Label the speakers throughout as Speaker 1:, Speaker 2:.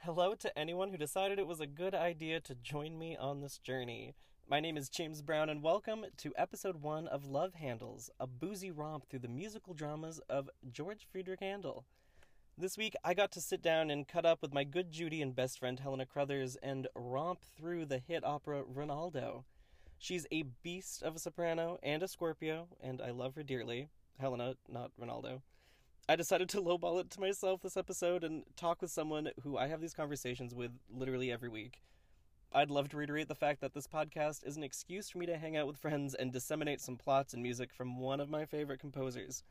Speaker 1: Hello to anyone who decided it was a good idea to join me on this journey. My name is James Brown, and welcome to episode one of Love Handles, a boozy romp through the musical dramas of George Friedrich Handel. This week, I got to sit down and cut up with my good Judy and best friend Helena Crothers and romp through the hit opera Ronaldo. She's a beast of a soprano and a Scorpio, and I love her dearly. Helena, not Ronaldo. I decided to lowball it to myself this episode and talk with someone who I have these conversations with literally every week. I'd love to reiterate the fact that this podcast is an excuse for me to hang out with friends and disseminate some plots and music from one of my favorite composers.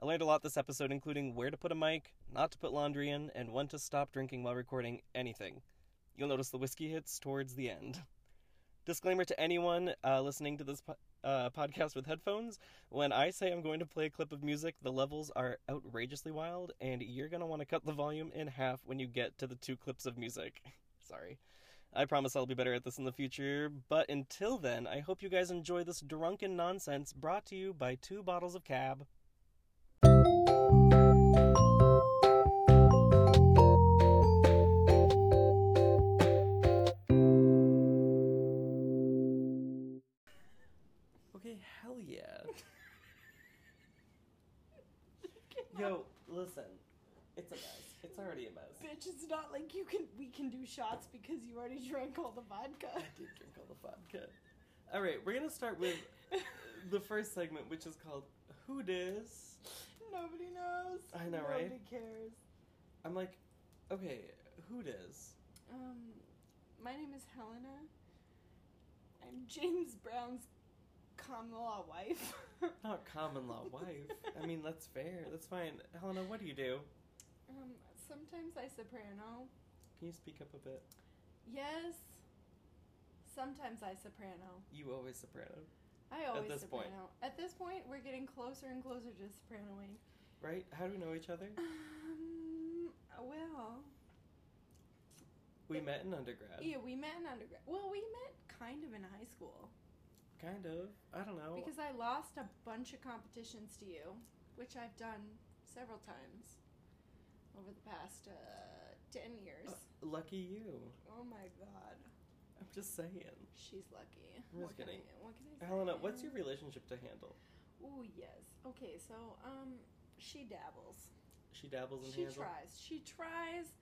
Speaker 1: I learned a lot this episode, including where to put a mic, not to put laundry in, and when to stop drinking while recording anything. You'll notice the whiskey hits towards the end. Disclaimer to anyone uh, listening to this po- uh, podcast with headphones when I say I'm going to play a clip of music, the levels are outrageously wild, and you're going to want to cut the volume in half when you get to the two clips of music. Sorry. I promise I'll be better at this in the future, but until then, I hope you guys enjoy this drunken nonsense brought to you by two bottles of cab. Okay, hell yeah. Yo, listen. It's a mess. It's already a mess.
Speaker 2: Bitch, it's not like you can we can do shots because you already drank all the vodka.
Speaker 1: did drink all the vodka. All right, we're gonna start with the first segment, which is called "Who Dis."
Speaker 2: Nobody knows.
Speaker 1: I know,
Speaker 2: Nobody
Speaker 1: right?
Speaker 2: cares.
Speaker 1: I'm like, okay, who dis?
Speaker 2: Um, my name is Helena. I'm James Brown's common law wife.
Speaker 1: Not common law wife. I mean, that's fair. That's fine. Helena, what do you do?
Speaker 2: um, sometimes I soprano.
Speaker 1: Can you speak up a bit?
Speaker 2: Yes. Sometimes I soprano.
Speaker 1: You always soprano,
Speaker 2: I always
Speaker 1: this point.
Speaker 2: soprano. At this point, we're getting closer and closer to sopranoing.
Speaker 1: right? How do we know each other?
Speaker 2: Um, well,
Speaker 1: We met in undergrad.
Speaker 2: Yeah, we met in undergrad. Well, we met kind of in high school
Speaker 1: Kind of. I don't know.
Speaker 2: because I lost a bunch of competitions to you, which I've done several times over the past uh, 10 years.
Speaker 1: Uh, lucky you.
Speaker 2: oh my god.
Speaker 1: I'm just saying.
Speaker 2: She's lucky.
Speaker 1: I'm just
Speaker 2: what can I,
Speaker 1: kidding.
Speaker 2: what can I say?
Speaker 1: Helena, what's your relationship to Handel?
Speaker 2: Oh, yes. Okay, so um she dabbles.
Speaker 1: She dabbles in
Speaker 2: She
Speaker 1: Handel.
Speaker 2: tries. She tries.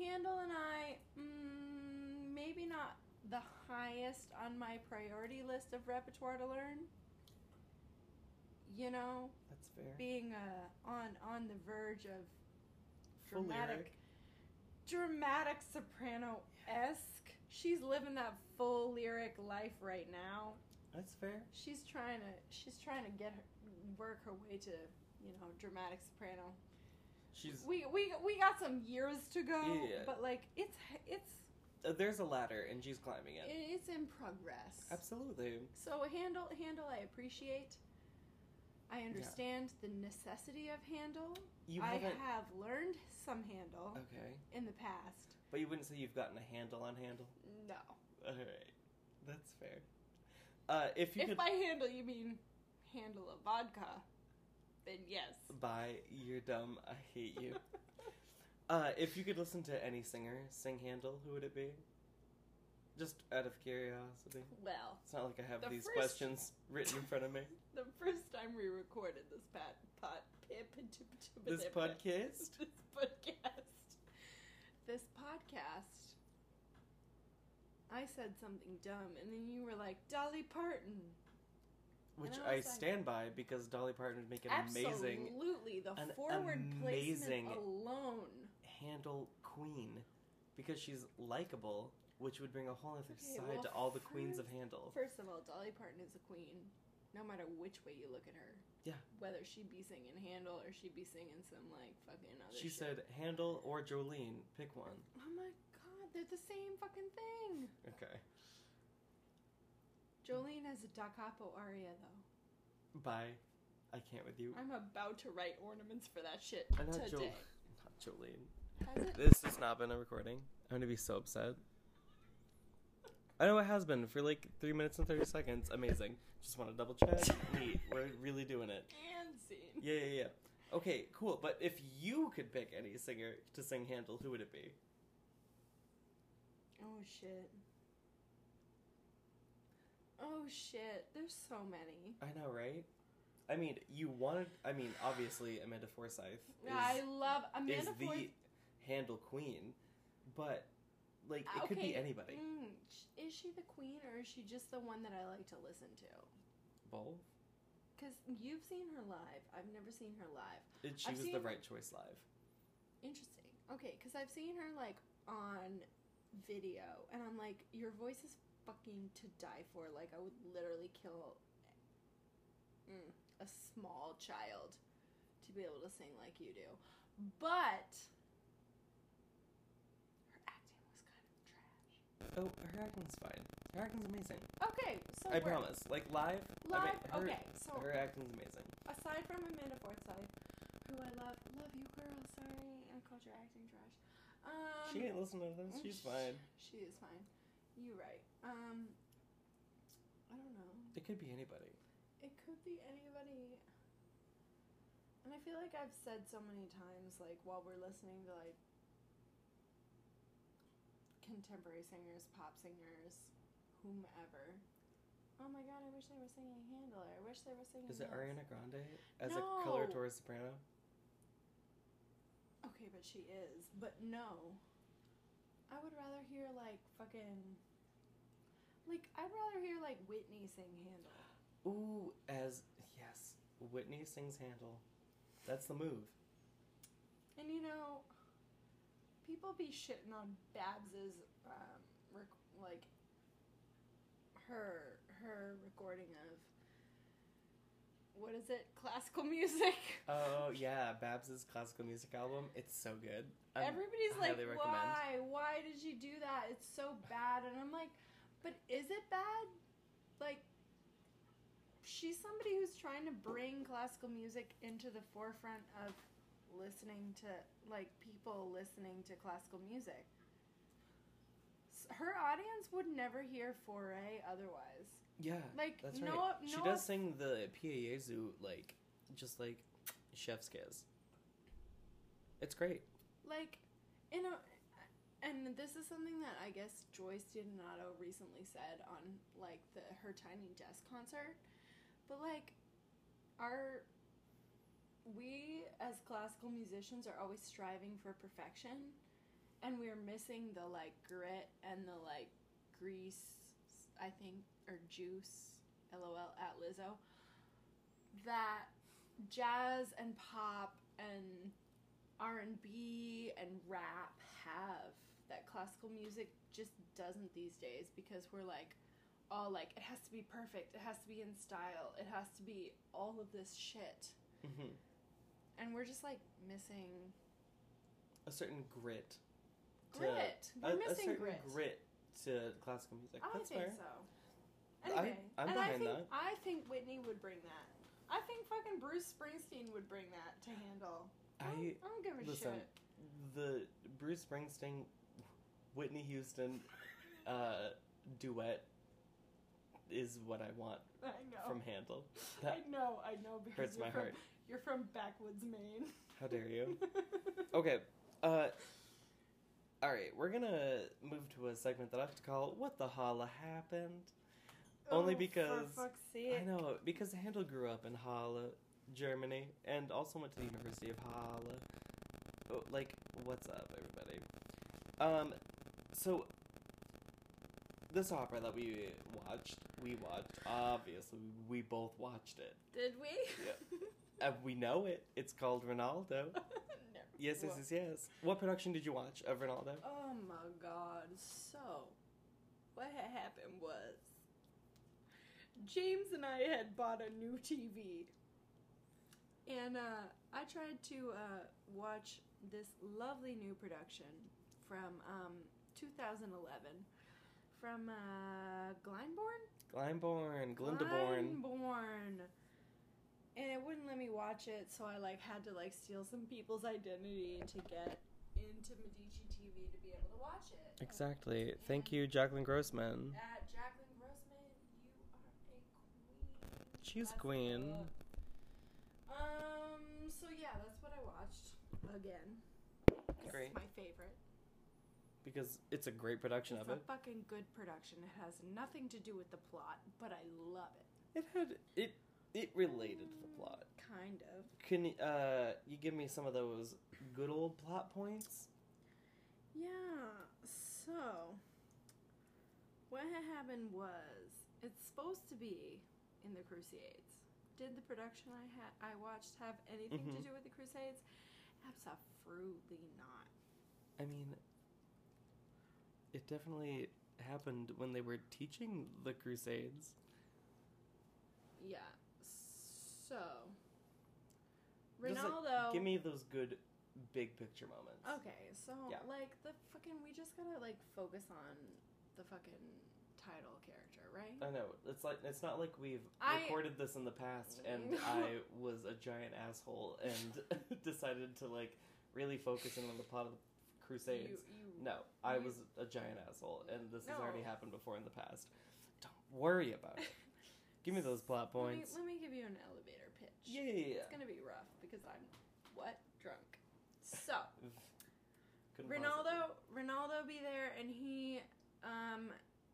Speaker 2: Handel and I, mm, maybe not the highest on my priority list of repertoire to learn. You know,
Speaker 1: That's fair.
Speaker 2: being uh, on on the verge of
Speaker 1: Full
Speaker 2: dramatic,
Speaker 1: lyric.
Speaker 2: dramatic soprano esque. She's living that full lyric life right now.
Speaker 1: That's fair.
Speaker 2: She's trying to she's trying to get her work her way to you know dramatic soprano.
Speaker 1: She's
Speaker 2: We we we got some years to go,
Speaker 1: Yeah.
Speaker 2: but like it's it's
Speaker 1: uh, there's a ladder and she's climbing it.
Speaker 2: it's in progress.
Speaker 1: Absolutely.
Speaker 2: So handle handle I appreciate. I understand the necessity of handle.
Speaker 1: You
Speaker 2: I
Speaker 1: haven't. Uh,
Speaker 2: have learned some handle
Speaker 1: okay.
Speaker 2: in the past.
Speaker 1: But you wouldn't say you've gotten a handle on handle?
Speaker 2: No.
Speaker 1: All right. That's fair. Uh, if you
Speaker 2: if
Speaker 1: could
Speaker 2: by handle you mean handle of vodka, then yes.
Speaker 1: buy, you're dumb. I hate you. uh, if you could listen to any singer sing handle, who would it be? Just out of curiosity.
Speaker 2: well,
Speaker 1: It's not like I have
Speaker 2: The
Speaker 1: these
Speaker 2: first-
Speaker 1: questions written in front of me.
Speaker 2: the first time we recorded this pat pot pip
Speaker 1: this podcast.
Speaker 2: this podcast. This podcast. I said something dumb, and then you were like, Dolly Parton.
Speaker 1: Which
Speaker 2: And I
Speaker 1: I,
Speaker 2: was like-
Speaker 1: stand by because Dolly Parton would make an amazing
Speaker 2: Absolutely. The
Speaker 1: an
Speaker 2: forward
Speaker 1: amazing-
Speaker 2: placement alone.
Speaker 1: handle queen because she's likable, which would bring a whole other
Speaker 2: Okay,
Speaker 1: side
Speaker 2: well,
Speaker 1: to all the queens of
Speaker 2: first-
Speaker 1: handle.
Speaker 2: First of all, Dolly Parton is a queen, no matter which way you look at her.
Speaker 1: Yeah.
Speaker 2: Whether she be singing Handel or she be singing some, like, fucking other
Speaker 1: She
Speaker 2: shit.
Speaker 1: said handle or Jolene, pick one.
Speaker 2: Oh my god, they're the same fucking thing.
Speaker 1: Okay.
Speaker 2: Jolene has a da capo aria, though.
Speaker 1: Bye. I can't with you.
Speaker 2: I'm about to write ornaments for that shit
Speaker 1: I'm not Jol-
Speaker 2: today.
Speaker 1: not Jolene.
Speaker 2: Has it?
Speaker 1: This has not been a recording. I'm gonna be so upset. I know it has been for like three minutes and thirty seconds. Amazing. Just want to double check. Neat. We're really doing it.
Speaker 2: And scene.
Speaker 1: Yeah, yeah, yeah. Okay, cool. But if you could pick any singer to sing Handel, who would it be?
Speaker 2: shit. Oh shit. There's so many.
Speaker 1: I know, right? I mean, you wanted. I mean, obviously, Amanda Forsyth is,
Speaker 2: I love
Speaker 1: is
Speaker 2: Amanda
Speaker 1: the
Speaker 2: Forsyth.
Speaker 1: handle queen, but like it could
Speaker 2: Uh, Okay.
Speaker 1: be anybody.
Speaker 2: Mm, sh- is she the queen or is she just the one that I like to listen to?
Speaker 1: Both.
Speaker 2: Because you've seen her live. I've never seen her live.
Speaker 1: And she
Speaker 2: I've
Speaker 1: was the
Speaker 2: seen-
Speaker 1: right choice live.
Speaker 2: Interesting. Okay, because I've seen her like on video, and I'm like, your voice is fucking to die for. Like, I would literally kill mm, a small child to be able to sing like you do. But
Speaker 1: Oh,
Speaker 2: her acting was kind of trash.
Speaker 1: her acting's fine. Her acting's amazing.
Speaker 2: Okay, so
Speaker 1: I
Speaker 2: we're
Speaker 1: promise. Like live.
Speaker 2: Oh, live.
Speaker 1: I mean, her,
Speaker 2: okay, so
Speaker 1: Her acting's amazing.
Speaker 2: aside from Amanda Forsyth, who I love, love you, girl. Sorry, I called your acting trash. Um,
Speaker 1: she ain't listening to this.
Speaker 2: Mm,
Speaker 1: She's
Speaker 2: sh-
Speaker 1: fine.
Speaker 2: She is fine. You're right. Um, I don't know.
Speaker 1: It could be anybody.
Speaker 2: It could be anybody. And I feel like I've said so many times, like while we're listening to like contemporary singers, pop singers, whomever. Oh my god! I wish they were singing Handler. I wish they were singing.
Speaker 1: Is it
Speaker 2: this.
Speaker 1: Ariana Grande as a coloratura soprano?
Speaker 2: Okay, but she is. But no. I would rather hear like fucking like I'd rather hear like Whitney sing Handle.
Speaker 1: Ooh, as yes, Whitney sings Handle. That's the move.
Speaker 2: And you know, people be shitting on Babs's um rec- like her her recording of what is it? Classical music.
Speaker 1: Oh yeah, Babs's classical music album. It's so good. I'm-
Speaker 2: Everybody's like,
Speaker 1: Um, highly recommend.
Speaker 2: why? Why did you do that? It's so bad. And I'm like, but is it bad? Like, she's somebody who's trying to bring classical music into the forefront of listening to, like, people listening to classical music. S- Her audience would never hear Foray otherwise.
Speaker 1: yeah,
Speaker 2: Like,
Speaker 1: that's right.
Speaker 2: no, no,
Speaker 1: she does sing the Piezu like, just like chef's kiss. It's great.
Speaker 2: like in a and this is something that I guess Joyce Giordanato recently said on like the her Tiny Desk concert, but like our we as classical musicians are always striving for perfection, and we're missing the like grit and the like grease, I think, or juice. LOL at Lizzo. That jazz and pop and R&B and rap have that classical music just doesn't these days because we're like all like it has to be perfect, it has to be in style, it has to be all of this shit.
Speaker 1: hmm
Speaker 2: And we're just like missing
Speaker 1: A certain grit. to-
Speaker 2: grit.
Speaker 1: a,
Speaker 2: we're
Speaker 1: a
Speaker 2: missing
Speaker 1: certain
Speaker 2: grit.
Speaker 1: to classical music.
Speaker 2: I
Speaker 1: that's
Speaker 2: think
Speaker 1: fair. I-
Speaker 2: so. Anyway,
Speaker 1: I'm
Speaker 2: and I
Speaker 1: behind
Speaker 2: think
Speaker 1: that.
Speaker 2: I think Whitney would bring that. I think fucking Bruce Springsteen would bring that to handle. I don't,
Speaker 1: I
Speaker 2: I don't give a
Speaker 1: listen,
Speaker 2: shit.
Speaker 1: the Bruce Springsteen, Whitney Houston, uh, duet is what I want
Speaker 2: I know.
Speaker 1: from Handel.
Speaker 2: I
Speaker 1: That
Speaker 2: know, I know because
Speaker 1: hurts
Speaker 2: you're
Speaker 1: my
Speaker 2: from
Speaker 1: heart.
Speaker 2: you're from backwoods Maine.
Speaker 1: How dare you? Okay. Uh, all right, we're gonna move to a segment that I have to call "What the Holla Happened." Only because-
Speaker 2: Oh, for fuck's sake.
Speaker 1: I know because Handel grew up in Halle, Germany, and also went to the University of Halle. Oh, like, what's up, everybody? Um, so this opera that we watched, we watched. Obviously, we both watched it.
Speaker 2: Did we?
Speaker 1: Uh, we know it. It's called Ronaldo.
Speaker 2: no.
Speaker 1: Yes, yes,
Speaker 2: Well-
Speaker 1: yes, yes. What production did you watch of Ronaldo?
Speaker 2: Oh my god. So, what had happened was James and I had bought a new TV. And uh, I tried to uh, watch this lovely new production from um, 2011 from uh, Glyndebourne?
Speaker 1: Glyndebourne, Glindaborn.
Speaker 2: Glyndebourne. And it wouldn't let me watch it, so I like had to like steal some people's identity to get into Medici TV to be able to watch it.
Speaker 1: Exactly. Thank you, Jacqueline Grossman.
Speaker 2: At Jacqueline Grossman, you are a queen.
Speaker 1: She's
Speaker 2: That's
Speaker 1: queen.
Speaker 2: what's up. Um. So yeah, that's what I watched again. It's
Speaker 1: Great.
Speaker 2: My favorite.
Speaker 1: because it's a great production
Speaker 2: It's
Speaker 1: of
Speaker 2: a
Speaker 1: it.
Speaker 2: fucking good production. It has nothing to do with the plot, but I love it.
Speaker 1: It had it it related to the plot.
Speaker 2: Kind of.
Speaker 1: Can y- uh you give me some of those good old plot points?
Speaker 2: Yeah. So, what had happened was it's supposed to be in the Crusades. Did the production I had I watched have anything to
Speaker 1: Mhm.
Speaker 2: do with the Crusades? Absolutely not.
Speaker 1: I mean, it definitely happened when they were teaching the Crusades.
Speaker 2: Yeah. So,
Speaker 1: Just, like,
Speaker 2: Ronaldo.
Speaker 1: Give me those good big picture moments.
Speaker 2: Okay, so
Speaker 1: Yeah.
Speaker 2: like the fucking we just gotta like focus on the fucking title character, right?
Speaker 1: I know it's like it's not like we've
Speaker 2: I-
Speaker 1: recorded this in the past, and I was a giant asshole and decided to like really focus in on the plot of the Crusades.
Speaker 2: You, you,
Speaker 1: No, I
Speaker 2: You-
Speaker 1: was a giant asshole, and this has already
Speaker 2: No.
Speaker 1: happened before in the past. Don't worry about it. Give me those plot
Speaker 2: let, me,
Speaker 1: points.
Speaker 2: let me give you an elevator pitch.
Speaker 1: Yeah.
Speaker 2: It's gonna be rough because I'm what drunk. So
Speaker 1: Couldn't possibly-
Speaker 2: Ronaldo, Ronaldo be there, and he um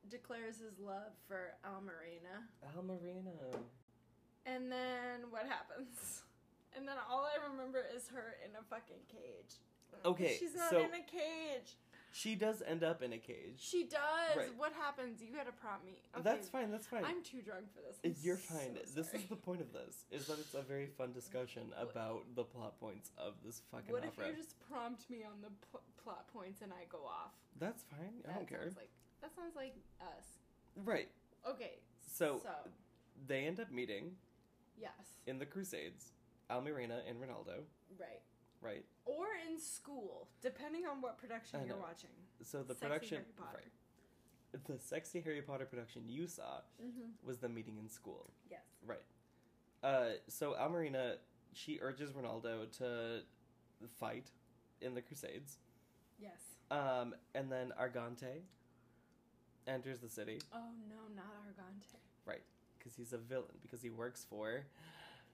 Speaker 2: declares his love for Almarina,
Speaker 1: Al Marino.
Speaker 2: and then what happens? And then all I remember is her in a fucking cage.
Speaker 1: Okay,
Speaker 2: she's not
Speaker 1: so-
Speaker 2: in a cage.
Speaker 1: She does end up in a cage.
Speaker 2: She does.
Speaker 1: Right.
Speaker 2: What happens? You gotta prompt me. Okay,
Speaker 1: That's fine, that's fine.
Speaker 2: I'm too drunk for this.
Speaker 1: Uh,
Speaker 2: I'm
Speaker 1: You're
Speaker 2: so
Speaker 1: fine. this
Speaker 2: sorry.
Speaker 1: is the point of this, is that it's a very fun discussion
Speaker 2: What-
Speaker 1: about the plot points of this fucking
Speaker 2: What if
Speaker 1: opera.
Speaker 2: you just prompt me on the pl- plot points and I go off?
Speaker 1: That's fine, I
Speaker 2: That
Speaker 1: don't care.
Speaker 2: Sounds like, that sounds like us.
Speaker 1: Right,
Speaker 2: Okay.
Speaker 1: so
Speaker 2: so
Speaker 1: they end up meeting
Speaker 2: yes,
Speaker 1: in the Crusades, Al Marino and Ronaldo,
Speaker 2: right.
Speaker 1: right?
Speaker 2: Or in school, depending on what production
Speaker 1: I
Speaker 2: you're
Speaker 1: know.
Speaker 2: watching.
Speaker 1: So the
Speaker 2: Sexy
Speaker 1: production.
Speaker 2: Harry Potter.
Speaker 1: right. The sexy Harry Potter production you saw
Speaker 2: Mm-hmm.
Speaker 1: was the meeting in school.
Speaker 2: Yes.
Speaker 1: Uh, so Almarina, she urges Ronaldo to fight in the Crusades.
Speaker 2: Yes.
Speaker 1: Um, and then Argante enters the city
Speaker 2: Oh no, not Argante.
Speaker 1: because he's a villain because he works for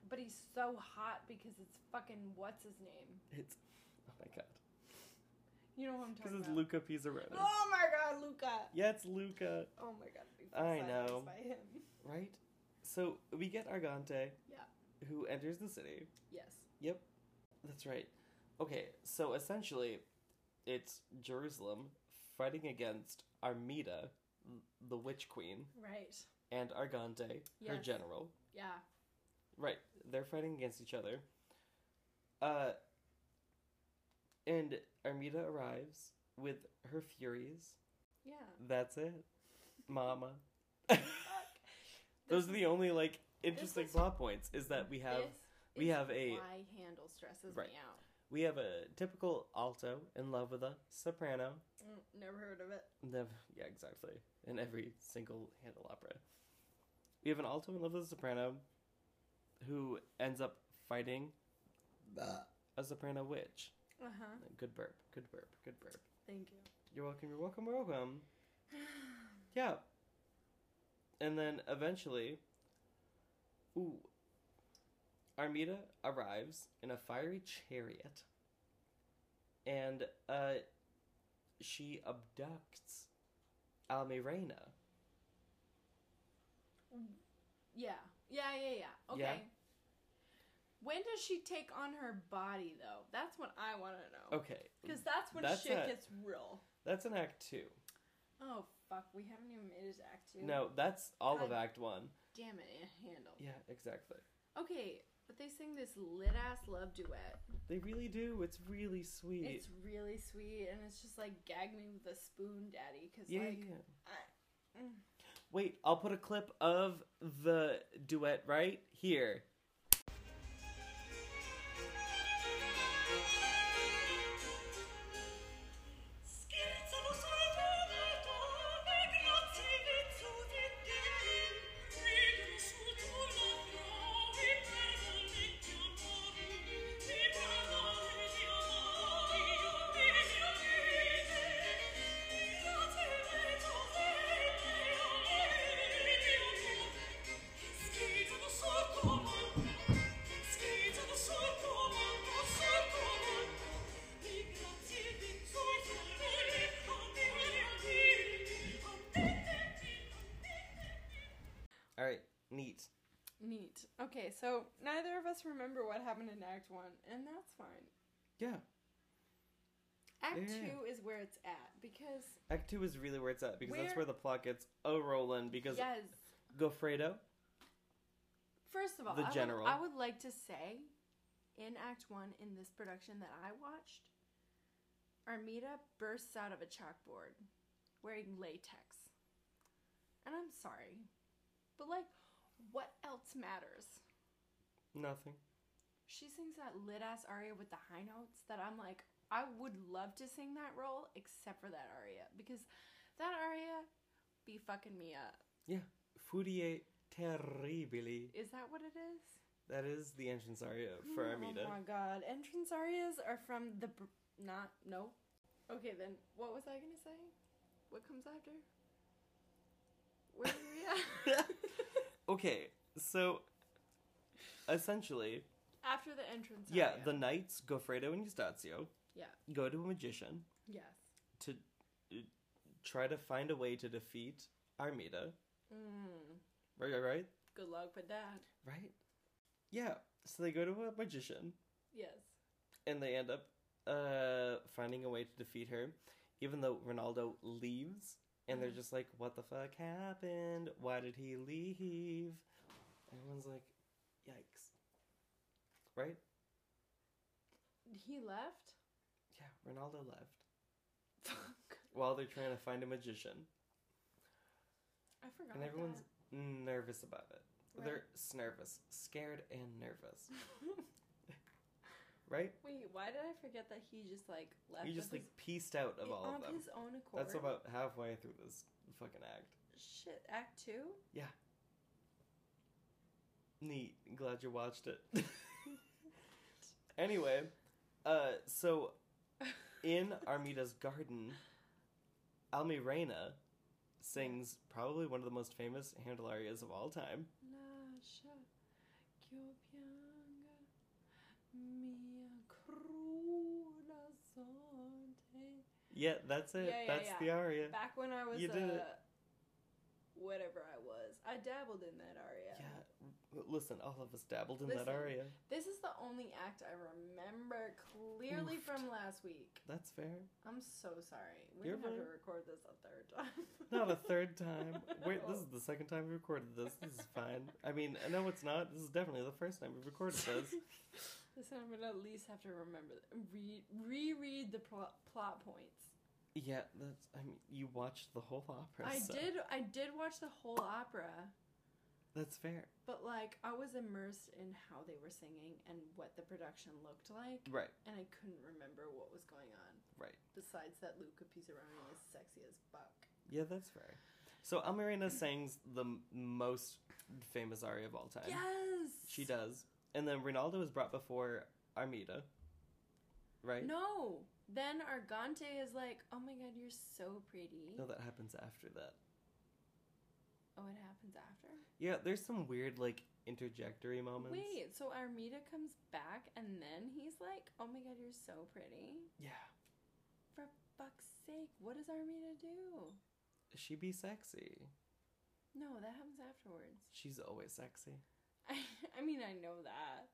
Speaker 2: But he's so hot because it's fucking what's his name?
Speaker 1: it's oh my god
Speaker 2: You know what I'm
Speaker 1: because
Speaker 2: talking
Speaker 1: it's
Speaker 2: about.
Speaker 1: Luca Pizzarotti.
Speaker 2: Oh my god, Luca.
Speaker 1: Yeah, it's Luca,
Speaker 2: Oh my god, I'd be
Speaker 1: I
Speaker 2: fascinated
Speaker 1: know.
Speaker 2: By him.
Speaker 1: right? So we get Argante,
Speaker 2: Yeah.
Speaker 1: who enters the city.
Speaker 2: Yes.
Speaker 1: That's right. Okay, so essentially, it's Jerusalem fighting against Armida, the witch queen,
Speaker 2: Right.
Speaker 1: and Argante, her
Speaker 2: Yes.
Speaker 1: general.
Speaker 2: Yeah.
Speaker 1: Right. They're fighting against each other. Uh and Armida arrives with her furies.
Speaker 2: Yeah.
Speaker 1: That's it. Mama.
Speaker 2: Fuck.
Speaker 1: Those
Speaker 2: This
Speaker 1: are
Speaker 2: is-
Speaker 1: the only like interesting
Speaker 2: is-
Speaker 1: plot points is that we have
Speaker 2: this
Speaker 1: we
Speaker 2: is
Speaker 1: have a-
Speaker 2: why handle stresses
Speaker 1: Right.
Speaker 2: me out.
Speaker 1: we have a typical alto in love with a soprano.
Speaker 2: Mm, never heard of it.
Speaker 1: The, yeah, exactly. In every single handle opera. We have an alto in love with a soprano who ends up fighting a soprano witch.
Speaker 2: Uh huh.
Speaker 1: Good burp, good burp, good burp.
Speaker 2: Thank you.
Speaker 1: You're welcome, you're welcome, you're welcome. Yeah. And then eventually, ooh, Armida arrives in a fiery chariot and uh, she abducts Almirena.
Speaker 2: yeah. Yeah. Yeah. Yeah. Okay.
Speaker 1: Yeah.
Speaker 2: When does she take on her body though? That's what I want to know.
Speaker 1: Okay,
Speaker 2: Because that's when
Speaker 1: Oh. That's
Speaker 2: shit
Speaker 1: a-
Speaker 2: gets real.
Speaker 1: that's in Act 2.
Speaker 2: Oh fuck, we haven't even made it to Act Two.
Speaker 1: No, that's all of
Speaker 2: I-
Speaker 1: Act 1.
Speaker 2: Damn it, Aunt Handle.
Speaker 1: Yeah, exactly.
Speaker 2: Okay, but they sing this lit ass love duet.
Speaker 1: They really do. It's really sweet.
Speaker 2: It's really sweet, and it's just like gag me with a spoon, Daddy. Because
Speaker 1: yeah,
Speaker 2: like,
Speaker 1: yeah.
Speaker 2: mm.
Speaker 1: Wait, I'll put a clip of the duet right here.
Speaker 3: Scherzano soltanto le grazie vezzute Vedono sul turno nuovi pergolenti amori, di pergolenti amori, io ti mio vite, grazie vezzute, io ti mio vite. Scherzano sul turno
Speaker 2: Okay, so neither of us remember what happened in Act One, and that's fine.
Speaker 1: Yeah.
Speaker 2: Act
Speaker 1: Yeah.
Speaker 2: Two is where it's at because
Speaker 1: Act two is really where it's at because that's
Speaker 2: Where-
Speaker 1: where the plot gets a rolling because
Speaker 2: yes,
Speaker 1: Gofredo.
Speaker 2: first of all,
Speaker 1: the
Speaker 2: I would-
Speaker 1: general.
Speaker 2: I would like to say, in Act One, in this production that I watched, Armida bursts out of a chalkboard wearing latex, and I'm sorry, but like, what else matters?
Speaker 1: Nothing.
Speaker 2: She sings that lit ass aria with the high notes that I'm like, I would love to sing that role except for that aria because that aria be fucking me up.
Speaker 1: Fudie terribili.
Speaker 2: Is that what it is?
Speaker 1: That is the entrance aria for Armida.
Speaker 2: Oh my god, entrance arias are from the br- not no. Okay, then what was I gonna say? What comes after? Where are we at?
Speaker 1: Okay, so essentially,
Speaker 2: after the entrance.
Speaker 1: yeah,
Speaker 2: aria.
Speaker 1: the knights Gofredo and Eustazio
Speaker 2: Yeah.
Speaker 1: go to a magician
Speaker 2: yes.
Speaker 1: to uh, try to find a way to defeat Armida.
Speaker 2: Mm,
Speaker 1: Right, right, right,
Speaker 2: good luck with that.
Speaker 1: right. Yeah. So they go to a magician
Speaker 2: Yes.
Speaker 1: and they end up uh, finding a way to defeat her, even though Ronaldo leaves. And they're
Speaker 2: Mhm.
Speaker 1: just like, "What the fuck happened? Why did he leave?" Everyone's like, "Yikes!" Right?
Speaker 2: He left.
Speaker 1: Yeah, Ronaldo left
Speaker 2: Fuck.
Speaker 1: while they're trying to find a magician,
Speaker 2: I forgot.
Speaker 1: and everyone's
Speaker 2: that.
Speaker 1: nervous about it.
Speaker 2: Right.
Speaker 1: They're s- nervous, scared, and nervous. Right?
Speaker 2: Wait, why did I forget that he just like left?
Speaker 1: You
Speaker 2: of
Speaker 1: just like
Speaker 2: his-
Speaker 1: pieced out of all
Speaker 2: on
Speaker 1: of them.
Speaker 2: his own accord.
Speaker 1: That's about halfway through this fucking act.
Speaker 2: shit. Act two.
Speaker 1: Neat. Glad you watched it. anyway, uh, so in Armida's garden, Almirena sings probably one of the most famous handlarias of all time.
Speaker 2: Lascia che pianga mia cruda sorte.
Speaker 1: Yeah, that's it.
Speaker 2: Yeah, yeah,
Speaker 1: that's
Speaker 2: yeah.
Speaker 1: the aria.
Speaker 2: Back when I was
Speaker 1: You did
Speaker 2: uh,
Speaker 1: it.
Speaker 2: whatever I was, I dabbled in that aria.
Speaker 1: Yeah. Listen, all of us dabbled in that
Speaker 2: Listen.
Speaker 1: aria.
Speaker 2: This is the only act I remember clearly
Speaker 1: Oofed.
Speaker 2: from last week.
Speaker 1: That's fair.
Speaker 2: I'm so sorry. We
Speaker 1: You're
Speaker 2: have to
Speaker 1: fine.
Speaker 2: record this a third time.
Speaker 1: Not a third time. Wait, this is the second time we recorded this. This is fine. I mean, no, it's not. This is definitely the first time we've recorded this.
Speaker 2: Listen, I'm gonna at least have to remember th- read reread the pl- plot points.
Speaker 1: Yeah, that's. I mean, you watched the whole opera.
Speaker 2: I
Speaker 1: so
Speaker 2: did I did watch the whole opera,
Speaker 1: That's fair.
Speaker 2: but like I was immersed in how they were singing and what the production looked like,
Speaker 1: Right,
Speaker 2: and I couldn't remember what was going on.
Speaker 1: right.
Speaker 2: Besides that, Luca Pizzaroni is sexy as fuck.
Speaker 1: Yeah, that's fair. So Almirena sings the m- most famous aria of all time.
Speaker 2: Yes,
Speaker 1: She does. And then Rinaldo is brought before Armida. Right?
Speaker 2: No, then Argante is like, oh my god, you're so pretty.
Speaker 1: No, that happens after that.
Speaker 2: Oh, it happens after.
Speaker 1: Yeah, there's some weird, like, interjectory moments.
Speaker 2: Wait, so Armida comes back and then he's like, oh my god, you're so pretty.
Speaker 1: Yeah.
Speaker 2: For fuck's sake, what does Armida do?
Speaker 1: She be sexy.
Speaker 2: No, that happens afterwards.
Speaker 1: She's always sexy.
Speaker 2: I, I mean, I know that.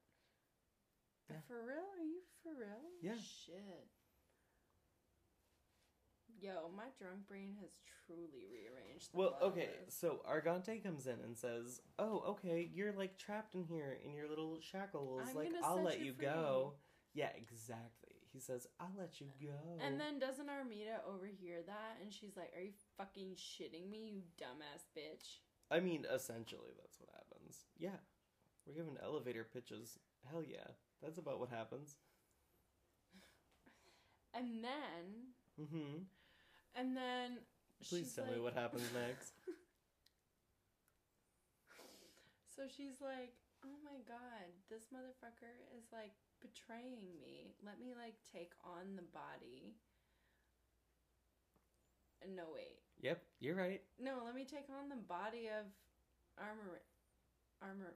Speaker 2: But
Speaker 1: Yeah.
Speaker 2: For real? Are you for real?
Speaker 1: Yeah.
Speaker 2: Shit. Yo, my drunk brain has truly rearranged. The
Speaker 1: Well,
Speaker 2: plot of
Speaker 1: okay,
Speaker 2: this.
Speaker 1: so Argante comes in and says, "Oh, okay, you're like trapped in here in your little shackles.
Speaker 2: I'm
Speaker 1: like
Speaker 2: gonna
Speaker 1: I'll
Speaker 2: set
Speaker 1: let
Speaker 2: you
Speaker 1: you
Speaker 2: free."
Speaker 1: go." Yeah, exactly. He says, "I'll let you go."
Speaker 2: And then doesn't Armida overhear that and she's like, "Are you fucking shitting me, you dumbass bitch?"
Speaker 1: I mean, essentially, that's what happens. Yeah, we're given elevator pitches. Hell yeah, that's about what happens.
Speaker 2: And then,
Speaker 1: Mm-hmm.
Speaker 2: and then.
Speaker 1: Please
Speaker 2: she's
Speaker 1: tell me
Speaker 2: like-
Speaker 1: what happens next.
Speaker 2: So she's like, "Oh my god, this motherfucker is like betraying me. Let me like take on the body." No wait.
Speaker 1: yep, you're right.
Speaker 2: No, let me take on the body of Armor Armor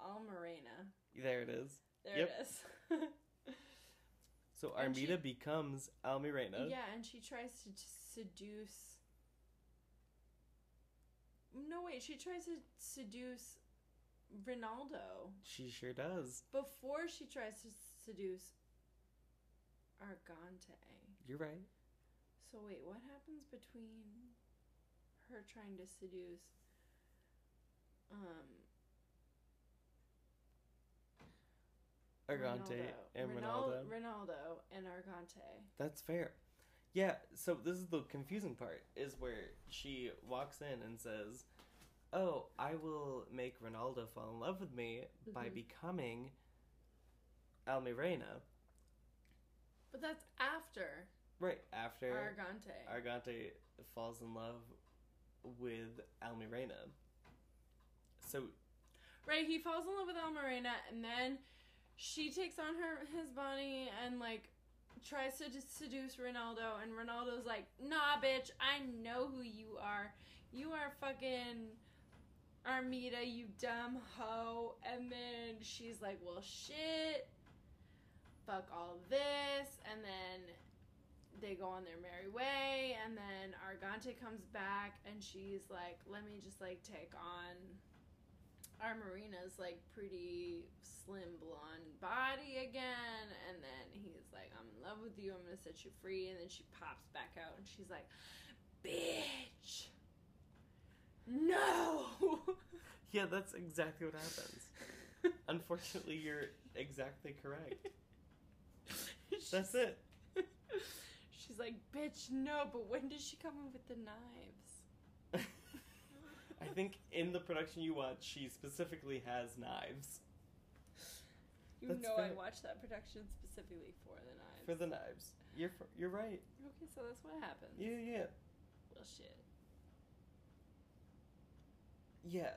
Speaker 2: Almarena.
Speaker 1: There it is.
Speaker 2: There
Speaker 1: Yep.
Speaker 2: it is.
Speaker 1: So
Speaker 2: And she-
Speaker 1: Armida becomes Almirena.
Speaker 2: yeah, and she tries to t- seduce No wait, she tries to seduce Ronaldo
Speaker 1: She sure does.
Speaker 2: before she tries to seduce Argante.
Speaker 1: You're right.
Speaker 2: So wait, what happens between her trying to seduce um
Speaker 1: Argante and
Speaker 2: Ronal-
Speaker 1: Ronaldo.
Speaker 2: Ronaldo and Argante.
Speaker 1: That's fair. Yeah, so this is the confusing part is where she walks in and says, "Oh, I will make Ronaldo fall in love with me by
Speaker 2: Mhm.
Speaker 1: becoming Almirena."
Speaker 2: But that's after
Speaker 1: Right after
Speaker 2: Argante.
Speaker 1: Argante falls in love with Almirena. So
Speaker 2: right, he falls in love with Almarena and then she takes on her his body and like tries to just seduce Ronaldo and Ronaldo's like, "Nah, bitch, I know who you are. You are fucking Armida, you dumb hoe." And then she's like, "Well, shit. Fuck all this." And then they go on their merry way and then Argante comes back and she's like, "Let me just like take on our Marina's like pretty slim blonde body again, and then he's like, "I'm in love with you. I'm gonna set you free." And then she pops back out, and she's like, "Bitch, no!"
Speaker 1: yeah, that's exactly what happens. Unfortunately, you're exactly correct. That's it.
Speaker 2: She's like, "Bitch, no!" But when does she come in with the knives?
Speaker 1: I think in the production you watch, she specifically has knives.
Speaker 2: you
Speaker 1: that's
Speaker 2: know I
Speaker 1: fair.
Speaker 2: watched that production specifically for the knives.
Speaker 1: For the knives. You're f- you're right.
Speaker 2: okay, so that's what happens.
Speaker 1: Yeah, yeah.
Speaker 2: Well, shit.
Speaker 1: Yeah.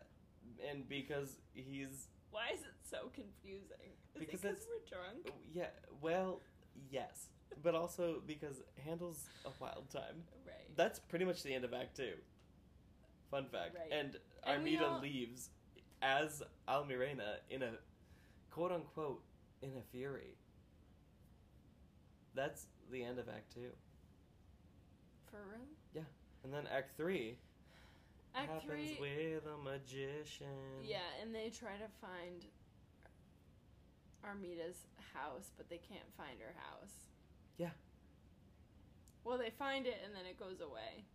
Speaker 1: And because he's
Speaker 2: Why is it so confusing? Is
Speaker 1: Because
Speaker 2: because it
Speaker 1: it's-
Speaker 2: because we're drunk?
Speaker 1: yeah, well, yes. But also because Handel's a wild time.
Speaker 2: Right.
Speaker 1: That's pretty much the end of act 2. Fun fact.
Speaker 2: Right.
Speaker 1: And
Speaker 2: And we
Speaker 1: Armida
Speaker 2: all-
Speaker 1: leaves as Almirena in a quote unquote in a fury. That's the end of act 2.
Speaker 2: For real?
Speaker 1: And then act 3
Speaker 2: Act
Speaker 1: happens
Speaker 2: three.
Speaker 1: with a magician.
Speaker 2: Yeah, and they try to find Armida's house, but they can't find her house.
Speaker 1: Yeah.
Speaker 2: Well, they find it and then it goes away.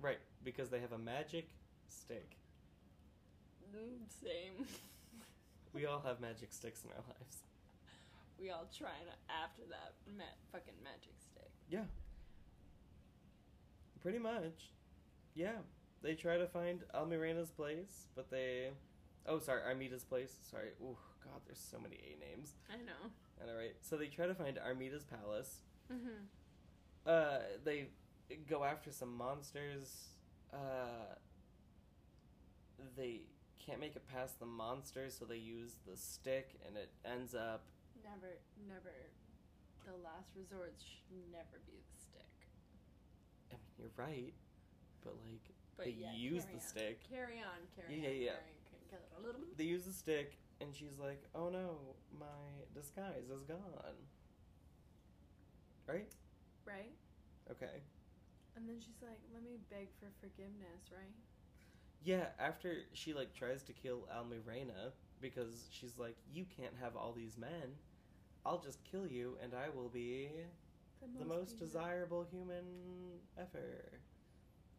Speaker 1: Right, because they have a magic stick.
Speaker 2: Mm, Same.
Speaker 1: We all have magic sticks in our lives.
Speaker 2: we all trying to after that ma- fucking magic stick.
Speaker 1: Pretty much. Yeah. They try to find Almirena's place, but they. Oh, sorry, Armida's place. Sorry. Ooh, God, there's so many A names.
Speaker 2: I know.
Speaker 1: Alright, so they try to find Armida's palace.
Speaker 2: Mm-hmm.
Speaker 1: Uh, they go after some monsters. Uh, they can't make it past the monsters, so they use the stick, and it ends up
Speaker 2: Never, never. The last resort should never be the stick.
Speaker 1: I mean, you're right, but like
Speaker 2: But
Speaker 1: they
Speaker 2: yeah,
Speaker 1: use
Speaker 2: carry
Speaker 1: the
Speaker 2: on.
Speaker 1: stick.
Speaker 2: Carry on, carry
Speaker 1: Yeah,
Speaker 2: on.
Speaker 1: yeah, yeah.
Speaker 2: Carry on. carry on.
Speaker 1: They use the stick, and she's like, "Oh no, my disguise is gone." Right?
Speaker 2: Right?
Speaker 1: Okay.
Speaker 2: And then she's like, let me beg for forgiveness, right?
Speaker 1: Yeah. After she like tries to kill Almirena because she's like, "You can't have all these men. I'll just kill you, and I will be the most
Speaker 2: beautiful-
Speaker 1: desirable human ever."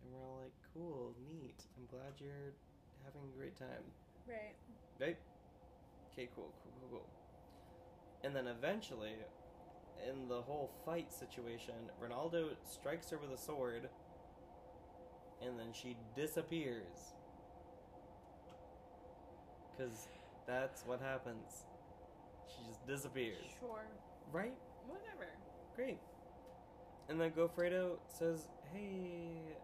Speaker 1: And we're all like, "Cool, neat. I'm glad you're having a great time."
Speaker 2: Right.
Speaker 1: Okay, cool, cool, cool, cool. And then eventually, in the whole fight situation, Ronaldo strikes her with a sword, and then she disappears. Because that's what happens. She just disappears.
Speaker 2: Sure.
Speaker 1: Right?
Speaker 2: Whatever.
Speaker 1: Great. And then Gofredo says, Hey,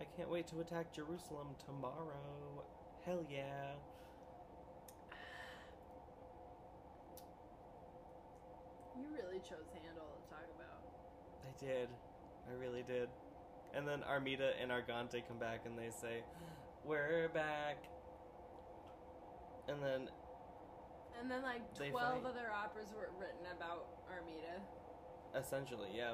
Speaker 1: I can't wait to attack Jerusalem tomorrow. Hell yeah.
Speaker 2: You really chose Handel to talk about.
Speaker 1: I did. I really did. And then Armida and Argante come back and they say, We're back. And then,
Speaker 2: And then, like,
Speaker 1: They
Speaker 2: 12
Speaker 1: fight.
Speaker 2: other operas were written about Armida.
Speaker 1: essentially, yeah.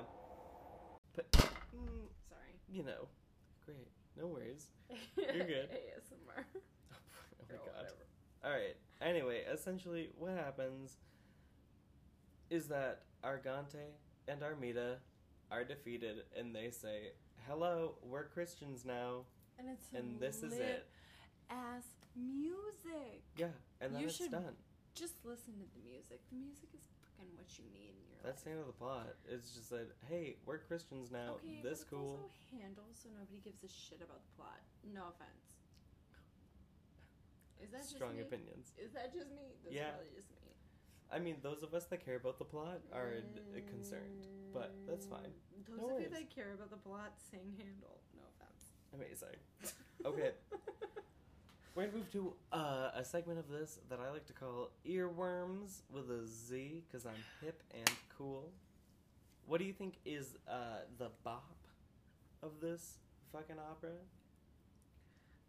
Speaker 1: But, mm,
Speaker 2: Sorry.
Speaker 1: you know, great. No worries. You're good.
Speaker 2: ASMR.
Speaker 1: Oh
Speaker 2: or
Speaker 1: my god.
Speaker 2: whatever.
Speaker 1: All right. Anyway, essentially, what happens is that Argante and Armida are defeated, and they say, "Hello, we're Christians now,
Speaker 2: And it's some
Speaker 1: and this is
Speaker 2: lit
Speaker 1: it."
Speaker 2: ass music.
Speaker 1: Yeah, and then
Speaker 2: You
Speaker 1: it's
Speaker 2: should-
Speaker 1: done.
Speaker 2: Just listen to the music. The music is fucking what you need in your
Speaker 1: That's the
Speaker 2: life.
Speaker 1: end of the plot. It's just that, hey, we're Christians now.
Speaker 2: okay, but
Speaker 1: Um, this
Speaker 2: it's
Speaker 1: cool.
Speaker 2: also handled so nobody gives a shit about the plot. No offense. Is that
Speaker 1: Strong
Speaker 2: just me?
Speaker 1: opinions.
Speaker 2: Is that just me? That's
Speaker 1: Yeah.
Speaker 2: probably just me.
Speaker 1: I mean, those of us that care about the plot are uh,
Speaker 2: Mm.
Speaker 1: concerned, but that's fine.
Speaker 2: Those
Speaker 1: No
Speaker 2: of
Speaker 1: worries.
Speaker 2: you that care about the plot, sing handle. No offense.
Speaker 1: Amazing. Okay. We're gonna move to uh, a segment of this that I like to call earworms with a Z because I'm hip and cool. What do you think is uh, the bop of this fucking opera?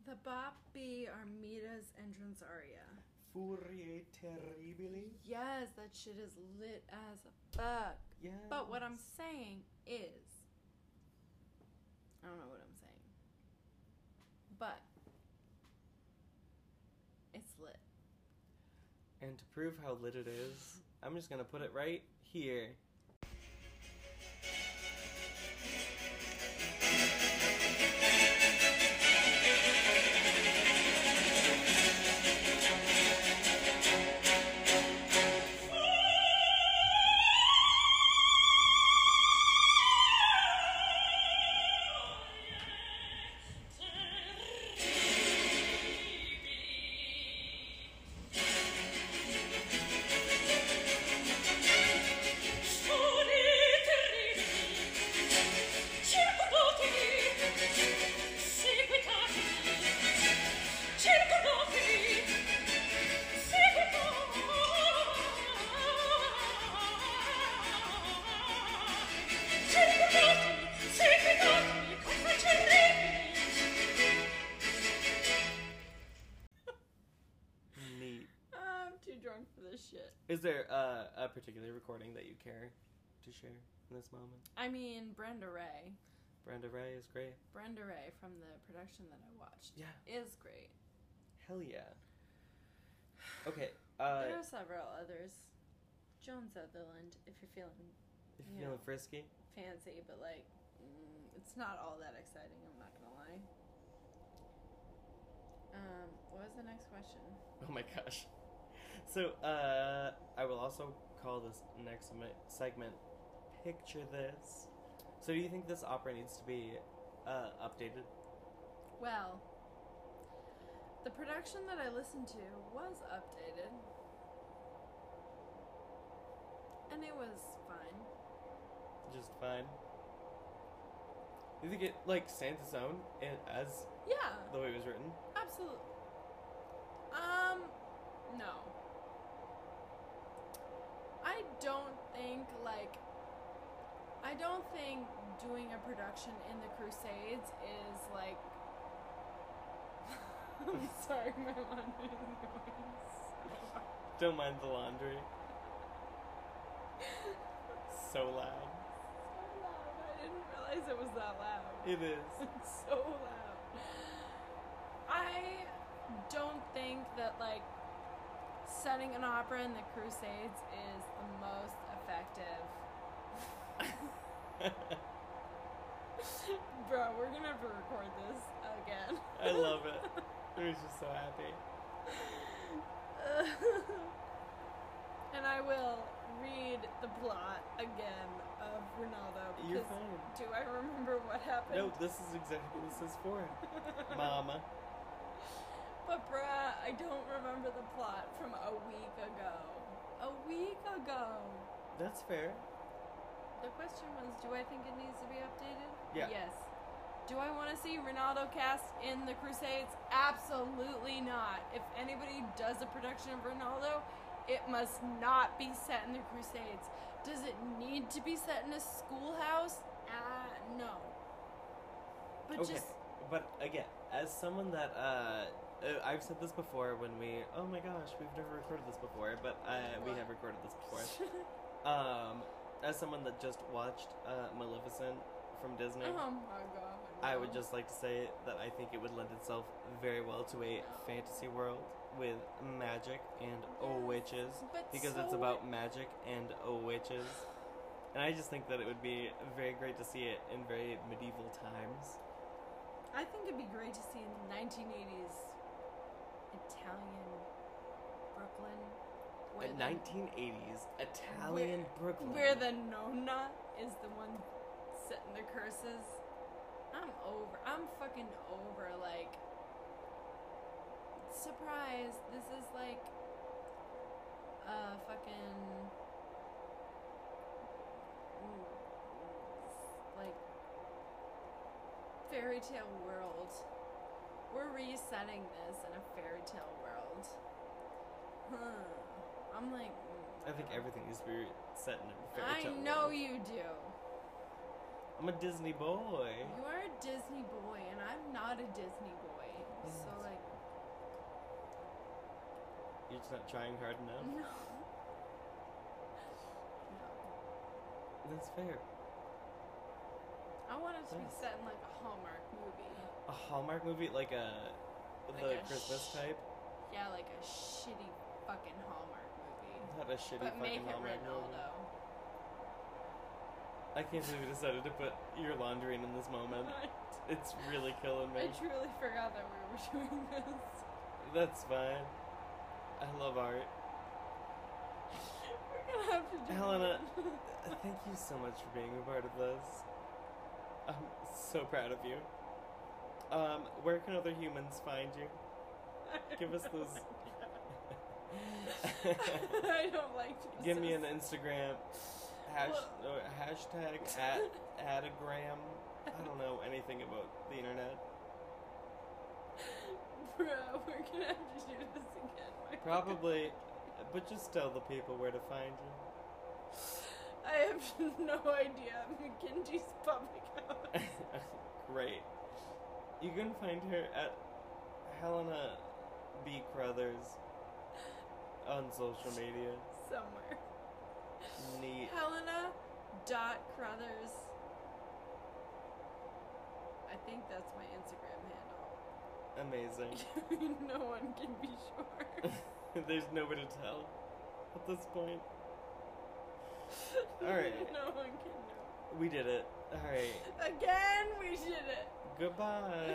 Speaker 2: the bop be Armida's entrance aria.
Speaker 1: Furie terribile.
Speaker 2: Yes, that shit is lit as fuck.
Speaker 1: Yeah.
Speaker 2: But what I'm saying is, I don't know what I'm saying, but it's lit.
Speaker 1: and to prove how lit it is, I'm just gonna put it right here. Neat.
Speaker 2: I'm too drunk for this shit.
Speaker 1: Is there uh, a particular recording that you care to share in this moment?
Speaker 2: I mean, Brenda Ray.
Speaker 1: Brenda Ray is great.
Speaker 2: Brenda Ray from the production that I watched
Speaker 1: Yeah.
Speaker 2: is great.
Speaker 1: Hell yeah. Okay. Uh,
Speaker 2: there are several others. Joan Sutherland, if you're feeling
Speaker 1: if
Speaker 2: yeah.
Speaker 1: you're feeling frisky,
Speaker 2: fancy, but like, mm, it's not all that exciting, I'm not gonna lie. Um, what was the next question?
Speaker 1: Oh my gosh. So, uh, I will also call this next me- segment Picture This. So, do you think this opera needs to be uh, updated?
Speaker 2: Well, the production that I listened to was updated. And it was fine.
Speaker 1: Just fine. You think it, like, stands its own in, as
Speaker 2: Yeah,
Speaker 1: the way it was written?
Speaker 2: absolutely. Um, no. I don't think, like, I don't think doing a production in the Crusades is like. I'm sorry, my laundry is going so hard.
Speaker 1: Don't mind the laundry. So loud.
Speaker 2: so loud. I didn't realize it was that loud.
Speaker 1: It is.
Speaker 2: It's so loud. I don't think that like setting an opera in the Crusades is the most effective. Bro, we're gonna have to record this again.
Speaker 1: I love it. I was just so happy.
Speaker 2: and I will read the plot again of Ronaldo
Speaker 1: You're
Speaker 2: because
Speaker 1: fine.
Speaker 2: do I remember what happened?
Speaker 1: No, this is exactly what this is for. Mama.
Speaker 2: But bruh, I don't remember the plot from a week ago. A week ago.
Speaker 1: That's fair.
Speaker 2: The question was, do I think it needs to be updated?
Speaker 1: Yeah.
Speaker 2: Yes. Do I want to see Ronaldo cast in the Crusades? Absolutely not. If anybody does a production of Ronaldo, it must not be set in the Crusades. Does it need to be set in a schoolhouse? Uh, no. But
Speaker 1: okay.
Speaker 2: just
Speaker 1: But again, as someone that uh, uh, I've said this before when we oh my gosh we've never recorded this before but uh, we
Speaker 2: What?
Speaker 1: have recorded this before. Um, as someone that just watched uh, Maleficent from Disney,
Speaker 2: oh my god.
Speaker 1: I would just like to say that I think it would lend itself very well to a fantasy world with magic and oh witches
Speaker 4: But
Speaker 1: because
Speaker 4: so
Speaker 1: it's about magic and oh witches. And I just think that it would be very great to see it in very medieval times.
Speaker 2: I think it'd be great to see in 1980s Italian Brooklyn. where
Speaker 1: At
Speaker 2: the-
Speaker 1: 1980s, Italian Brooklyn.
Speaker 2: Where the Nona is the one setting the curses. I'm over. I'm fucking over. Like, surprise. This is like a fucking. Like, fairy tale world. We're resetting this in a fairy tale world. Huh. I'm like. mm,
Speaker 1: I think
Speaker 2: no.
Speaker 1: everything needs to be set in a fairy
Speaker 2: I
Speaker 1: tale.
Speaker 2: know
Speaker 1: world.
Speaker 2: you do.
Speaker 1: I'm a Disney boy.
Speaker 2: You are a Disney boy, and I'm not a Disney boy. So
Speaker 1: Mm.
Speaker 2: like,
Speaker 1: You're just not trying hard
Speaker 2: no.
Speaker 1: enough.
Speaker 2: no. Mm-hmm.
Speaker 1: That's fair.
Speaker 2: I want it to be
Speaker 1: Thanks.
Speaker 2: set in like a Hallmark movie.
Speaker 1: A Hallmark movie, like a the
Speaker 2: Like a
Speaker 1: Christmas
Speaker 2: sh-
Speaker 1: type,
Speaker 2: Yeah, like a shitty fucking Hallmark movie.
Speaker 1: not a shitty
Speaker 2: But
Speaker 1: fucking
Speaker 2: make it
Speaker 1: Hallmark movie.
Speaker 2: Ronaldo.
Speaker 1: I can't believe we decided to put your laundry in in this moment. It's really killing me.
Speaker 2: I truly forgot that we were doing this.
Speaker 1: That's fine. I love art.
Speaker 2: we're gonna have to do
Speaker 1: Helena.
Speaker 2: it.
Speaker 1: Thank you so much for being a part of this. I'm so proud of you. Um, where can other humans find you?
Speaker 2: I
Speaker 1: Give us
Speaker 2: don't
Speaker 1: those.
Speaker 2: know. I don't like to.
Speaker 1: Give me an
Speaker 2: associate-
Speaker 1: Instagram hash,
Speaker 2: Well-
Speaker 1: or hashtag at adagram. I don't know anything about the internet.
Speaker 2: Bro, we're gonna have to do this again. We're gonna-
Speaker 1: Probably, but just tell the people where to find you.
Speaker 2: I have no idea. McGinty's public house.
Speaker 1: Great. You can find her at Helena B. Crothers on social media.
Speaker 2: Somewhere.
Speaker 1: Neat.
Speaker 2: Helena dot Crothers. I think that's my Instagram handle.
Speaker 1: Amazing.
Speaker 2: no one can be sure.
Speaker 1: There's nowhere to tell at this point. Alright.
Speaker 2: no one can know.
Speaker 1: We did it. Alright.
Speaker 2: Again, we did it.
Speaker 1: Goodbye.